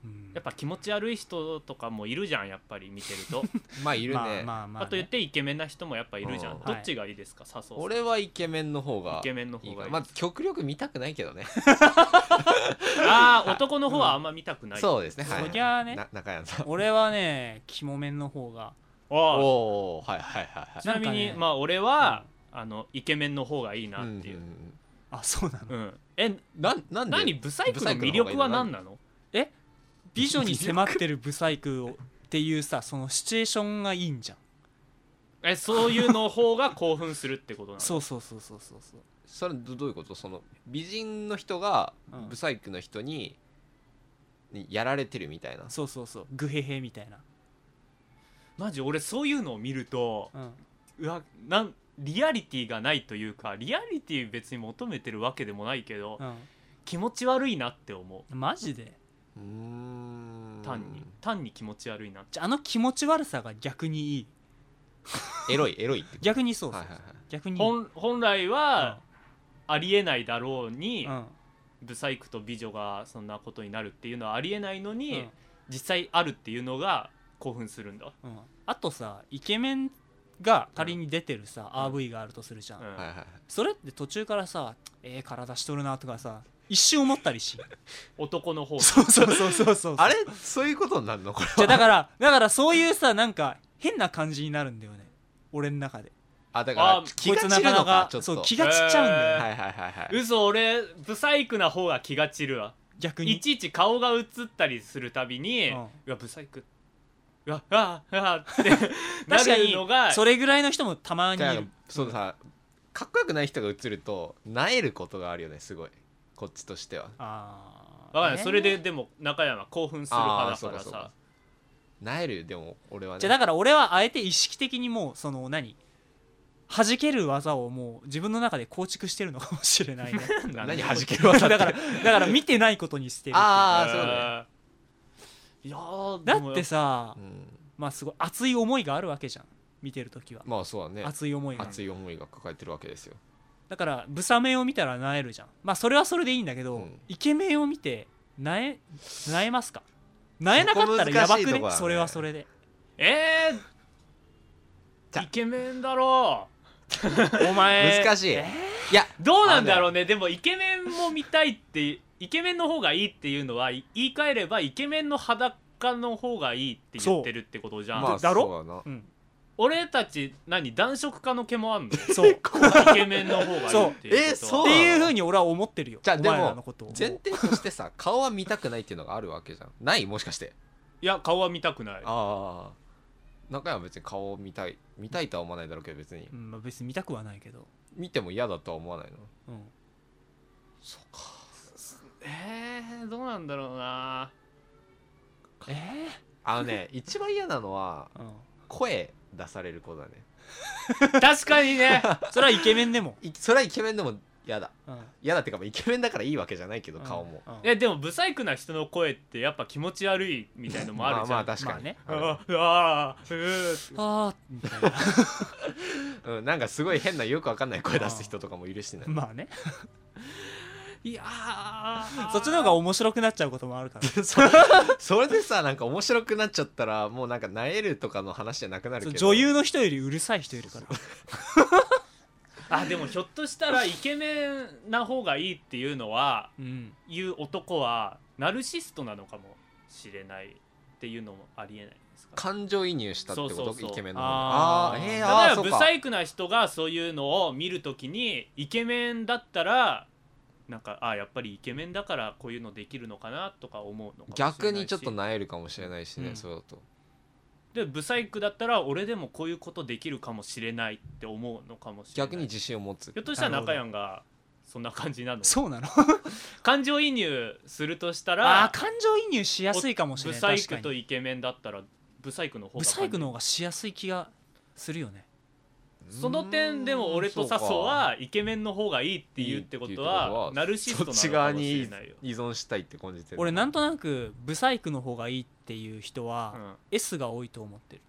[SPEAKER 3] うん
[SPEAKER 1] やっぱ気持ち悪い人とかもいるじゃんやっぱり見てると
[SPEAKER 2] まあいるね、
[SPEAKER 3] まあ まあまあ、
[SPEAKER 1] あと言ってイケメンな人もやっぱいるじゃ
[SPEAKER 2] うんん
[SPEAKER 1] どっちがいいですか笹生さん
[SPEAKER 2] 俺はイケメンの方が
[SPEAKER 1] イケメンの方がいい
[SPEAKER 2] かなまあ極力見たくないけどね
[SPEAKER 1] ああ男の方はあんま見たくない
[SPEAKER 2] そうですねはい
[SPEAKER 3] そりゃあね
[SPEAKER 2] な中山さん
[SPEAKER 3] 俺はねキモメンの方が
[SPEAKER 1] ああ
[SPEAKER 2] おおはいはいはい
[SPEAKER 1] ちなみに
[SPEAKER 3] なんかね
[SPEAKER 1] まあ俺はあのイケメンの方がいいな
[SPEAKER 2] は
[SPEAKER 1] っ
[SPEAKER 2] い
[SPEAKER 1] ていう
[SPEAKER 2] うん
[SPEAKER 3] あそうなの、
[SPEAKER 1] うんえ
[SPEAKER 2] なんなんで
[SPEAKER 1] 何ブサイクの魅力は何なの
[SPEAKER 3] 美女に迫ってるブサイクをっていうさそのシチュエーションがいいんじゃん
[SPEAKER 1] えそういうの方が興奮するってことなの
[SPEAKER 3] そうそうそうそうそうそう
[SPEAKER 2] それどどういうことその美人の人が
[SPEAKER 3] うん
[SPEAKER 2] ブサイクの人に,、にやられてるみたいな
[SPEAKER 3] そうそうそうグヘヘみたいな、
[SPEAKER 1] マジ俺そういうのを見ると
[SPEAKER 3] うん、
[SPEAKER 1] うわなんリアリティがないというかリアリティ別に求めてるわけでもないけど、
[SPEAKER 3] う
[SPEAKER 1] 気持ち悪いなって思
[SPEAKER 3] ん、マジで
[SPEAKER 2] うーん
[SPEAKER 1] う単に単に気持ち悪いなって
[SPEAKER 3] じゃああの気持ち悪さが逆にいい
[SPEAKER 2] エロいエロいってこ
[SPEAKER 3] 逆にそう
[SPEAKER 2] と
[SPEAKER 3] そう、
[SPEAKER 2] はいはいはい
[SPEAKER 3] 逆にいい
[SPEAKER 1] 本本来はありえないだろう
[SPEAKER 3] う
[SPEAKER 1] に、
[SPEAKER 3] ん
[SPEAKER 1] ブサイクと美女がそんなことになるっていうのはありえないの
[SPEAKER 3] う
[SPEAKER 1] に、
[SPEAKER 3] ん
[SPEAKER 1] 実際あるっていうのが興奮するんだ、
[SPEAKER 3] うん、あとさイケメンが仮に出てるさ、RV があるとするじゃん、
[SPEAKER 1] うん
[SPEAKER 2] はいはいはい
[SPEAKER 3] それって途中からさええ体しとるなとかさ一瞬思ったりし
[SPEAKER 1] 男の方が
[SPEAKER 3] そうそうそうそうそう
[SPEAKER 2] あれそういうことになるのこれ
[SPEAKER 3] じゃあだからだからそういうさなんか変な感じになるんだよね俺の中で
[SPEAKER 2] あだから
[SPEAKER 1] あ
[SPEAKER 2] 気が散るのかちょっと
[SPEAKER 3] そう気が散っちゃうんだよね、
[SPEAKER 2] はいはいはいはい
[SPEAKER 1] 嘘俺ブサイクな方が気が散るわ
[SPEAKER 3] 逆
[SPEAKER 1] い
[SPEAKER 3] に
[SPEAKER 1] ちいち顔が映ったりするたびに、
[SPEAKER 3] う
[SPEAKER 1] うんわブサイクうわああああってな
[SPEAKER 3] 確か
[SPEAKER 1] る
[SPEAKER 3] に
[SPEAKER 1] のが
[SPEAKER 3] それぐらいの人もたまにい
[SPEAKER 2] だから
[SPEAKER 3] る
[SPEAKER 2] そうさかっこよくない人が映るとなえることがあるよねすごいこっちとしては
[SPEAKER 3] あ
[SPEAKER 1] わかんない
[SPEAKER 3] ー
[SPEAKER 1] それででも中山興奮する派だ
[SPEAKER 2] あーそう
[SPEAKER 1] から
[SPEAKER 2] かそう
[SPEAKER 1] さ
[SPEAKER 2] かなえるでも俺はね
[SPEAKER 3] じゃあだから俺はあえて意識的にもうその何弾ける技をもう自分の中で構築してるのかもしれ ないね
[SPEAKER 1] なんだ
[SPEAKER 2] 何弾けるわ
[SPEAKER 3] だからだから見てないことにしてる
[SPEAKER 2] ああそうね
[SPEAKER 1] いやー
[SPEAKER 3] だ
[SPEAKER 1] でも
[SPEAKER 3] ってさ
[SPEAKER 2] うん
[SPEAKER 3] まあすごい熱い思いがあるわけじゃん見てる時は、
[SPEAKER 2] まあそうだね
[SPEAKER 3] 熱い思いが
[SPEAKER 2] 熱い思いが抱えてるわけですよ
[SPEAKER 3] だからブサメンを見たらなえるじゃんまあそれはそれでいいんだけど、
[SPEAKER 2] うん
[SPEAKER 3] イケメンを見てなえなえますかなえなかったらやば
[SPEAKER 2] そこ難
[SPEAKER 3] く
[SPEAKER 2] しいと
[SPEAKER 3] ね
[SPEAKER 2] こだね
[SPEAKER 3] それはそれで
[SPEAKER 1] え
[SPEAKER 2] じゃ
[SPEAKER 1] ー、イケメンだろ うお前
[SPEAKER 2] 難しいいや
[SPEAKER 1] どうなんだろうねでもイケメンも見たいってイケメンの方がいいっていうのはい言い換えればイケメンの裸の方がいいって言ってるってことじゃん、
[SPEAKER 2] まあ
[SPEAKER 3] だろ
[SPEAKER 2] そうだな
[SPEAKER 3] うん
[SPEAKER 1] 俺たち何暖色化の毛もあんの
[SPEAKER 3] そうっ
[SPEAKER 1] イケメンの方がいいっていうことは
[SPEAKER 2] そうえそう
[SPEAKER 3] ていうふうに俺は思ってるよ
[SPEAKER 2] じゃあ
[SPEAKER 3] お
[SPEAKER 2] でも
[SPEAKER 3] 前らのことを
[SPEAKER 2] 前提としてさ顔は見たくないっていうのがあるわけじゃんないもしかして
[SPEAKER 1] いや顔は見たくない
[SPEAKER 2] ああ中山は別に顔を見たい見たいとは思わないだろうけど別に
[SPEAKER 3] うんまあ、別に見たくはないけど、
[SPEAKER 2] 見ても嫌だとは思わないの
[SPEAKER 3] うん、
[SPEAKER 1] えー、どうなんだろうな
[SPEAKER 3] え
[SPEAKER 2] あのね一番嫌なのは
[SPEAKER 3] え
[SPEAKER 2] 声出されることだね
[SPEAKER 1] 確かにね
[SPEAKER 3] それはイケメンでも、
[SPEAKER 2] いそれはイケメンでも嫌だ
[SPEAKER 3] うん
[SPEAKER 2] 嫌だっていうかまあイケメンだからいいわけじゃないけど顔も、
[SPEAKER 3] うんうん
[SPEAKER 1] えでもブサイクな人の声ってやっぱ気持ち悪いみたいのもあ
[SPEAKER 2] まあ
[SPEAKER 1] るじゃん
[SPEAKER 2] まあ確かに、
[SPEAKER 3] ま
[SPEAKER 1] ああああうー
[SPEAKER 3] あーみたいな
[SPEAKER 2] あのうん、なんかすごい変なよくわかんない声出す人とかもいるしね
[SPEAKER 3] まあね
[SPEAKER 1] いやー
[SPEAKER 3] そっちの方が面白くなっちゃうこともあるから
[SPEAKER 2] それでさなんか面白くなっちゃったらもうなんかなえるとかの話じゃなくなる
[SPEAKER 3] そ
[SPEAKER 2] け
[SPEAKER 3] う
[SPEAKER 2] ど
[SPEAKER 3] 女優の人よりうるさい人いるから
[SPEAKER 1] あでもひょっとしたらイケメンな方がいいっていうのは
[SPEAKER 3] うん
[SPEAKER 1] いう男はナルシストなのかもしれないっていうのもありえないですか
[SPEAKER 2] 感情移入したってこと
[SPEAKER 1] そうそうそう
[SPEAKER 2] イケメンの方に
[SPEAKER 3] あ
[SPEAKER 2] あ
[SPEAKER 3] ー
[SPEAKER 2] ーえー、あ
[SPEAKER 1] 例
[SPEAKER 2] ー
[SPEAKER 1] えば
[SPEAKER 2] そう
[SPEAKER 1] ブ
[SPEAKER 2] か
[SPEAKER 1] サイクな人がそういうのを見るときにイケメンだったらなんかあやっぱりイケメンだからこういうのできるのかなとか思うのかもしれないし
[SPEAKER 2] 逆にちょっとなえるかもしれないしね、
[SPEAKER 3] うん
[SPEAKER 2] そうだと
[SPEAKER 1] でブサイクだったら俺でもこういうことできるかもしれないって思うのかもしれない
[SPEAKER 2] 逆に自信を持つ
[SPEAKER 1] ひょっとしたら中
[SPEAKER 3] なる
[SPEAKER 1] 山がそんな感じなの
[SPEAKER 3] そうなの
[SPEAKER 1] 感情移入するとしたら
[SPEAKER 3] あー感情移入しやすいかもしれない
[SPEAKER 1] ブ
[SPEAKER 3] 確
[SPEAKER 1] サイク
[SPEAKER 3] か
[SPEAKER 1] と
[SPEAKER 3] に
[SPEAKER 1] イケメンだったらブサイクの方が
[SPEAKER 3] ブサイクの方がしやすい気がするよね
[SPEAKER 1] その点でも俺と笹生はイケメンの方がいいって言うってこと
[SPEAKER 2] いいってこと
[SPEAKER 1] は
[SPEAKER 2] は
[SPEAKER 1] ナルシストな
[SPEAKER 2] そっ
[SPEAKER 1] の
[SPEAKER 2] ち
[SPEAKER 1] か
[SPEAKER 2] 側
[SPEAKER 1] もしれ
[SPEAKER 2] に
[SPEAKER 1] ないよ、
[SPEAKER 2] 依存したいって感じてる
[SPEAKER 3] 俺なん
[SPEAKER 2] と
[SPEAKER 3] となくブサイクの方がいいっていう人は、
[SPEAKER 1] うん
[SPEAKER 3] S が多いと思ってる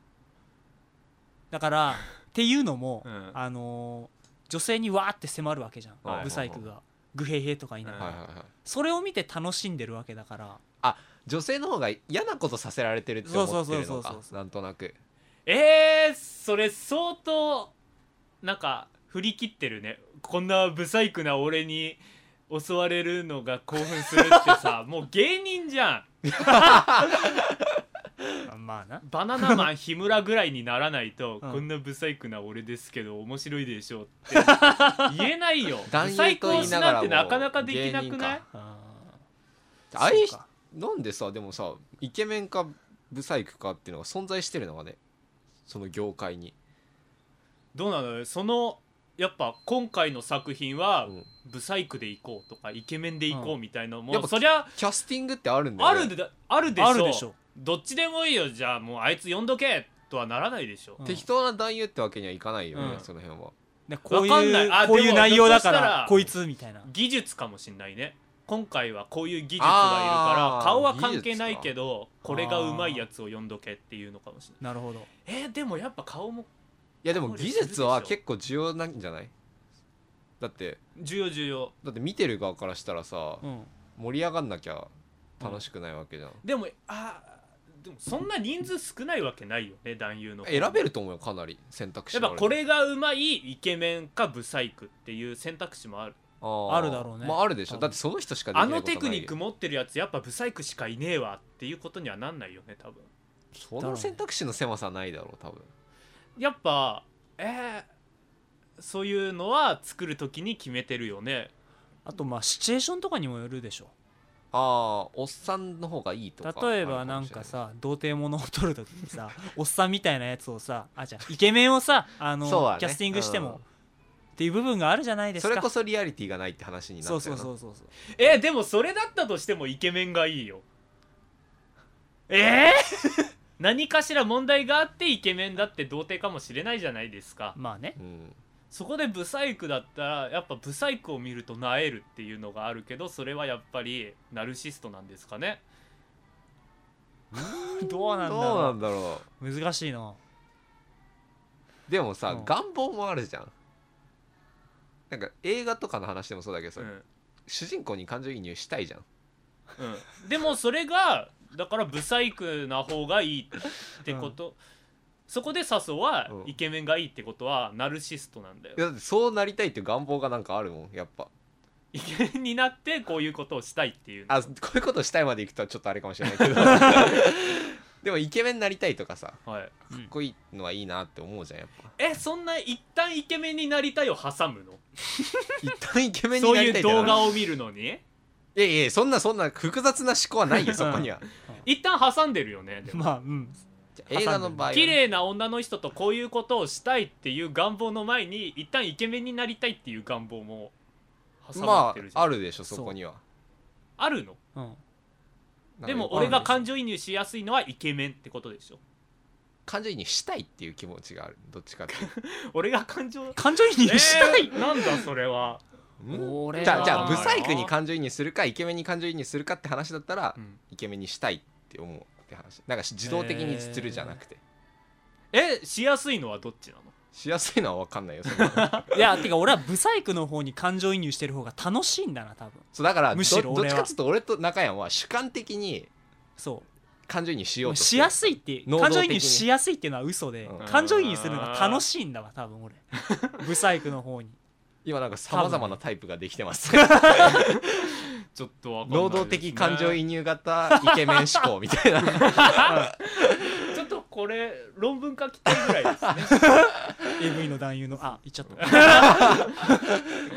[SPEAKER 3] だからっていうのも、
[SPEAKER 1] うん
[SPEAKER 3] あのー女性にわーって迫るわけじゃん、
[SPEAKER 2] はい
[SPEAKER 3] ブサイクがグヘヘとかいながら、
[SPEAKER 2] はいはいはい
[SPEAKER 3] それを見て楽しんでるわけだから
[SPEAKER 2] あ女性の方が嫌なことさせられてるって思ってる
[SPEAKER 3] そ
[SPEAKER 2] の
[SPEAKER 3] うそうそう
[SPEAKER 2] か
[SPEAKER 3] そうそ
[SPEAKER 2] なんとなく
[SPEAKER 1] えー、それ相当なんか振り切ってるねこんなブサイクな俺に襲われるのが興奮するって さもう芸人じゃ
[SPEAKER 3] まあなん
[SPEAKER 1] バナナマン日村ぐらいにならないと、
[SPEAKER 3] うん
[SPEAKER 1] こんなブサイクな俺ですけど面白いでしょうって 言えないよブ
[SPEAKER 2] 男
[SPEAKER 1] サイ
[SPEAKER 2] 優
[SPEAKER 1] ク
[SPEAKER 2] と言
[SPEAKER 1] 推
[SPEAKER 2] い
[SPEAKER 1] し
[SPEAKER 2] なが
[SPEAKER 1] なん
[SPEAKER 2] ら
[SPEAKER 1] て
[SPEAKER 2] も
[SPEAKER 1] なかなかできなく
[SPEAKER 2] 芸人
[SPEAKER 1] ない
[SPEAKER 2] か
[SPEAKER 3] あ
[SPEAKER 2] あい
[SPEAKER 3] そうか
[SPEAKER 2] なんでさでもさイケメンかブサイクかっていうのが存在してるのがねその業界に
[SPEAKER 1] どうなのそのやっぱ今回の作品は、
[SPEAKER 2] うん
[SPEAKER 1] ブサイクでいこうとかイケメンでいこうみたいな、も
[SPEAKER 2] やっ
[SPEAKER 1] う
[SPEAKER 2] ぱ
[SPEAKER 1] そりゃ
[SPEAKER 2] キャスティングってあるんだ
[SPEAKER 1] あ
[SPEAKER 2] よね
[SPEAKER 1] るであるでしょ
[SPEAKER 3] あるでしょ
[SPEAKER 1] どっちでもいいよじゃあもうあいつ呼んどけとはならないでしょ、
[SPEAKER 3] うん
[SPEAKER 2] 適当な男優ってわけにはいかないよね、
[SPEAKER 1] うん
[SPEAKER 2] その辺は
[SPEAKER 3] でこう
[SPEAKER 1] わかん
[SPEAKER 3] い
[SPEAKER 1] ないうあ
[SPEAKER 3] こう
[SPEAKER 1] で
[SPEAKER 3] いう
[SPEAKER 1] も
[SPEAKER 3] 内容だ
[SPEAKER 1] ひ
[SPEAKER 3] か
[SPEAKER 1] ょっとした
[SPEAKER 3] ら
[SPEAKER 1] ら
[SPEAKER 3] こいつみたいな
[SPEAKER 1] 技術かもしんないね今回はこういう技術がいるか
[SPEAKER 2] あ
[SPEAKER 1] ら
[SPEAKER 2] ー
[SPEAKER 1] 顔は関係ないけどこれがうまいやつを呼んどけっていうのかもしれ
[SPEAKER 3] なるほど
[SPEAKER 1] ないえー、でもやっぱ顔も
[SPEAKER 2] いやでも技術は結構重要なんじゃないだって
[SPEAKER 1] 重要重要
[SPEAKER 2] だって見てる側からしたらさ、
[SPEAKER 3] うん
[SPEAKER 2] 盛り上がんなきゃ楽しくないわけじゃん、
[SPEAKER 1] でもあーでもそんな人数少ないわけないよね男優の方
[SPEAKER 2] 選べると思うよかなり選択肢
[SPEAKER 1] やっ
[SPEAKER 2] が
[SPEAKER 1] ぱ
[SPEAKER 2] ある
[SPEAKER 1] これがうまいイケメンかブサイクっていう選択肢もある
[SPEAKER 2] あー
[SPEAKER 3] あるだろうね
[SPEAKER 2] まああるでし
[SPEAKER 3] 多
[SPEAKER 2] ょ
[SPEAKER 3] 分
[SPEAKER 2] だってその人しかできな
[SPEAKER 1] あ
[SPEAKER 2] いことない
[SPEAKER 1] のテクニック持ってるやつやっぱブサイクしかいねえわっていうことにはなんないよね多分
[SPEAKER 2] その選択肢の狭さないだろう多分
[SPEAKER 1] やっぱえーそういうのは作る時に決めてるよね
[SPEAKER 3] あとまあシチュエーションとかにもよるでしょ
[SPEAKER 2] ああおっさんの方がいいとか
[SPEAKER 3] 例えばなんかさ童貞ものを撮るときにさ おっさんみたいなやつをさあじゃあイケメンをさあの、
[SPEAKER 2] そうだね
[SPEAKER 3] キャスティングしても、
[SPEAKER 2] うん
[SPEAKER 3] っていう部分があるじゃないです
[SPEAKER 2] そ
[SPEAKER 3] か
[SPEAKER 2] れこそリアリティがないって話になった
[SPEAKER 3] そ
[SPEAKER 2] よ
[SPEAKER 3] う
[SPEAKER 2] な
[SPEAKER 3] そうそうそうそう
[SPEAKER 1] えーでもそれだったとしてもイケメンがいいよ
[SPEAKER 3] ええ
[SPEAKER 1] 何かしら問題があってイケメンだって童貞かもしれないじゃないですか
[SPEAKER 3] まあね
[SPEAKER 2] うん
[SPEAKER 1] そこでブサイクだったらやっぱブサイクを見るとなえるっていうのがあるけどそれはやっぱりナルシストなんですかね
[SPEAKER 3] どうなんだ
[SPEAKER 2] どうな
[SPEAKER 3] ろ
[SPEAKER 2] んだろ
[SPEAKER 3] う難しいな
[SPEAKER 2] うでもさ、
[SPEAKER 3] うん
[SPEAKER 2] 願望もあるじゃんなんか映画とかの話でもそうだけどさ、
[SPEAKER 1] うん
[SPEAKER 2] 主人公に感情移入したいじゃん
[SPEAKER 1] うん、でもそれがだからブサイクな方がいいってこと、そこでサソは
[SPEAKER 2] うん
[SPEAKER 1] イケメンがいいってことはナルシストなんだよ、
[SPEAKER 2] だってそうなりたいっていう願望がなんかあるもんやっぱ
[SPEAKER 1] イケメンになってこういうことをしたいっていうの
[SPEAKER 2] あこういうことしたいまで行くとちょっとあれかもしれないけ どでもイケメンになりたいとかさか
[SPEAKER 1] はい、
[SPEAKER 2] っこいいのはいいなって思うじゃんやっぱ
[SPEAKER 1] えそんな一旦イケメンになりたいを挟むの
[SPEAKER 2] 一旦イケメンに
[SPEAKER 1] そう
[SPEAKER 2] なり
[SPEAKER 1] い
[SPEAKER 2] た
[SPEAKER 1] う
[SPEAKER 2] いって
[SPEAKER 1] 動
[SPEAKER 2] な
[SPEAKER 1] 画を見るのに
[SPEAKER 2] いやいやそんなそんな複雑な思考はないよそこには
[SPEAKER 1] 一旦挟んでるよねでも
[SPEAKER 3] まあうん
[SPEAKER 2] 映画の場合はね
[SPEAKER 1] 綺麗な女の人とこういうことをしたいっていう願望の前に一旦イケメンになりたいっていう願望も挟まっ
[SPEAKER 2] ま
[SPEAKER 1] てるじゃん、
[SPEAKER 2] ああるでしょそこには
[SPEAKER 1] あるの
[SPEAKER 3] うん
[SPEAKER 1] でも
[SPEAKER 2] なんか
[SPEAKER 1] 俺
[SPEAKER 2] よくわ
[SPEAKER 1] が
[SPEAKER 2] かん
[SPEAKER 1] 感
[SPEAKER 2] ない
[SPEAKER 1] 情移入しやすいのはイケメンってことでしょ
[SPEAKER 2] 感情移入したいっていう気持ちがあるどっちかっていうと
[SPEAKER 1] 俺が感 情
[SPEAKER 3] 感情移入したい、
[SPEAKER 1] えーなんだそれは、
[SPEAKER 3] 俺は
[SPEAKER 2] じゃあじゃあブサイクに感情移入するかイケメンに感情移入するかって話だったら、
[SPEAKER 1] うん
[SPEAKER 2] イケメンにしたいって思うって話なんか自動的にするじゃなくて、
[SPEAKER 1] えしやすいのはどっちなの
[SPEAKER 2] しやすいのは分かんないよそれは
[SPEAKER 3] いやてか俺はブサイクの方に感情移入してる方が楽しいんだな多分
[SPEAKER 2] そうだからど
[SPEAKER 3] むしろ
[SPEAKER 2] どっ
[SPEAKER 3] 俺
[SPEAKER 2] ち
[SPEAKER 3] は
[SPEAKER 2] かっていうと俺と中山は主観的に
[SPEAKER 3] そ
[SPEAKER 2] 感情移入し
[SPEAKER 3] う
[SPEAKER 2] よ
[SPEAKER 3] も
[SPEAKER 2] う
[SPEAKER 3] う
[SPEAKER 2] と
[SPEAKER 3] しや
[SPEAKER 2] す
[SPEAKER 3] すいって
[SPEAKER 2] 能動
[SPEAKER 3] 感
[SPEAKER 2] 的に
[SPEAKER 3] 情移入しやすいっていうのは嘘で
[SPEAKER 2] うん
[SPEAKER 3] 感情移入するのが楽しいんだわ多 分俺ブサイクの方に
[SPEAKER 2] 今なんかさまざまなタイプができてます
[SPEAKER 1] ちょっとわかんない
[SPEAKER 2] 能動的感情移入型イケメン思考みた いな
[SPEAKER 1] 入ちょっとこれ論文書きたいぐらいですね
[SPEAKER 3] AV の男優のあ言っちゃった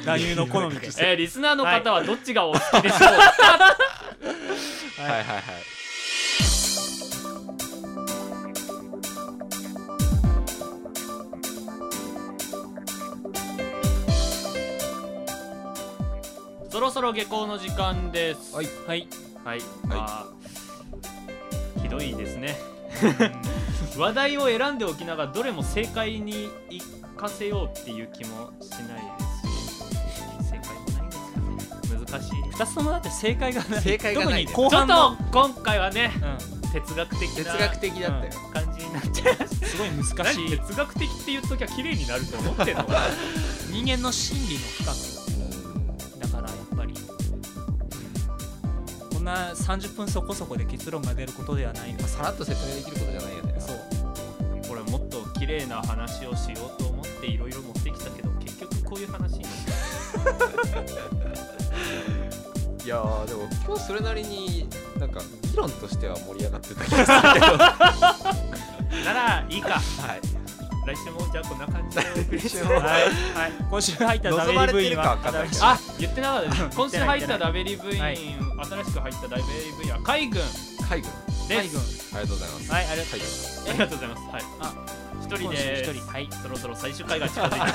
[SPEAKER 3] 男優の好みで
[SPEAKER 1] えーリスナーの方はどっちがお好きでしょうか、
[SPEAKER 2] はいはいはい
[SPEAKER 1] そろそろ下校の時間です
[SPEAKER 2] はい
[SPEAKER 3] はい
[SPEAKER 1] はい、まあひどいですね話題を選んでおきながらどれも正解にいかせようっていう気もしないですし正解もないですからね難しい
[SPEAKER 3] 2つともだって正解がない
[SPEAKER 2] 正解がないね
[SPEAKER 3] 特に後
[SPEAKER 1] ちょ
[SPEAKER 3] 半
[SPEAKER 1] っ
[SPEAKER 3] の
[SPEAKER 1] と今回はね
[SPEAKER 3] うん、
[SPEAKER 1] 哲学的
[SPEAKER 2] 哲
[SPEAKER 1] な
[SPEAKER 2] 学的だったよ、
[SPEAKER 1] 感じになっちゃいました
[SPEAKER 3] すごい難し
[SPEAKER 1] 何
[SPEAKER 3] い
[SPEAKER 1] 哲学的って言っときゃ綺麗になると思 ってんのかな
[SPEAKER 3] 人間の心理の深さだからやっぱりこんな30分そこそこで結論が出ることではないので
[SPEAKER 2] さらっと説明できることじゃないよね
[SPEAKER 3] そう
[SPEAKER 1] これもっと綺麗な話をしようと思っていろいろ持ってきたけど結局こういう話になっちゃ
[SPEAKER 2] いやーでも今日それなりになんか議論としては盛り上がってた気 がするけどは
[SPEAKER 1] うならいいか
[SPEAKER 2] い
[SPEAKER 1] 来週もじゃあこんな感じでお送りし よう
[SPEAKER 3] はい、はい、今週入ったダ
[SPEAKER 2] 望まれ
[SPEAKER 3] メ
[SPEAKER 2] て
[SPEAKER 3] リ
[SPEAKER 2] る
[SPEAKER 3] ブ
[SPEAKER 2] か
[SPEAKER 3] は
[SPEAKER 2] わかんないけど
[SPEAKER 1] あ言ってなかった です今週入っ
[SPEAKER 3] 言
[SPEAKER 1] た
[SPEAKER 3] ってな
[SPEAKER 1] ダベリブイン、
[SPEAKER 3] はい
[SPEAKER 1] 新しく入ったダベリブインは海軍
[SPEAKER 2] 海軍
[SPEAKER 1] で
[SPEAKER 3] 海軍
[SPEAKER 1] す
[SPEAKER 2] ありがとうございます
[SPEAKER 3] はいあれ
[SPEAKER 2] 海 軍
[SPEAKER 1] ありがとうございますはい
[SPEAKER 3] あ
[SPEAKER 1] 一人で
[SPEAKER 3] 今週一人はい
[SPEAKER 1] そろそろ最終回が近づいてきま し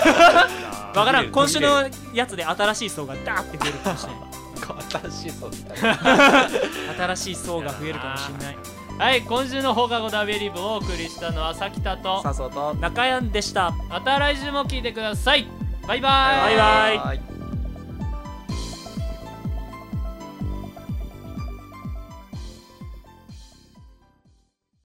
[SPEAKER 1] た
[SPEAKER 3] わからん今週のやつで新しい層がダーって増えるかもしれな
[SPEAKER 2] 新しいそうみたいな
[SPEAKER 3] い 新しい層が増えるかもしれない
[SPEAKER 1] はい今週の放課後ダベリブをお送りしたのはさきたと
[SPEAKER 2] そうと
[SPEAKER 3] 中山でした
[SPEAKER 1] また来週も聞いてくださいバイバイ
[SPEAKER 3] バイバイ
[SPEAKER 2] イ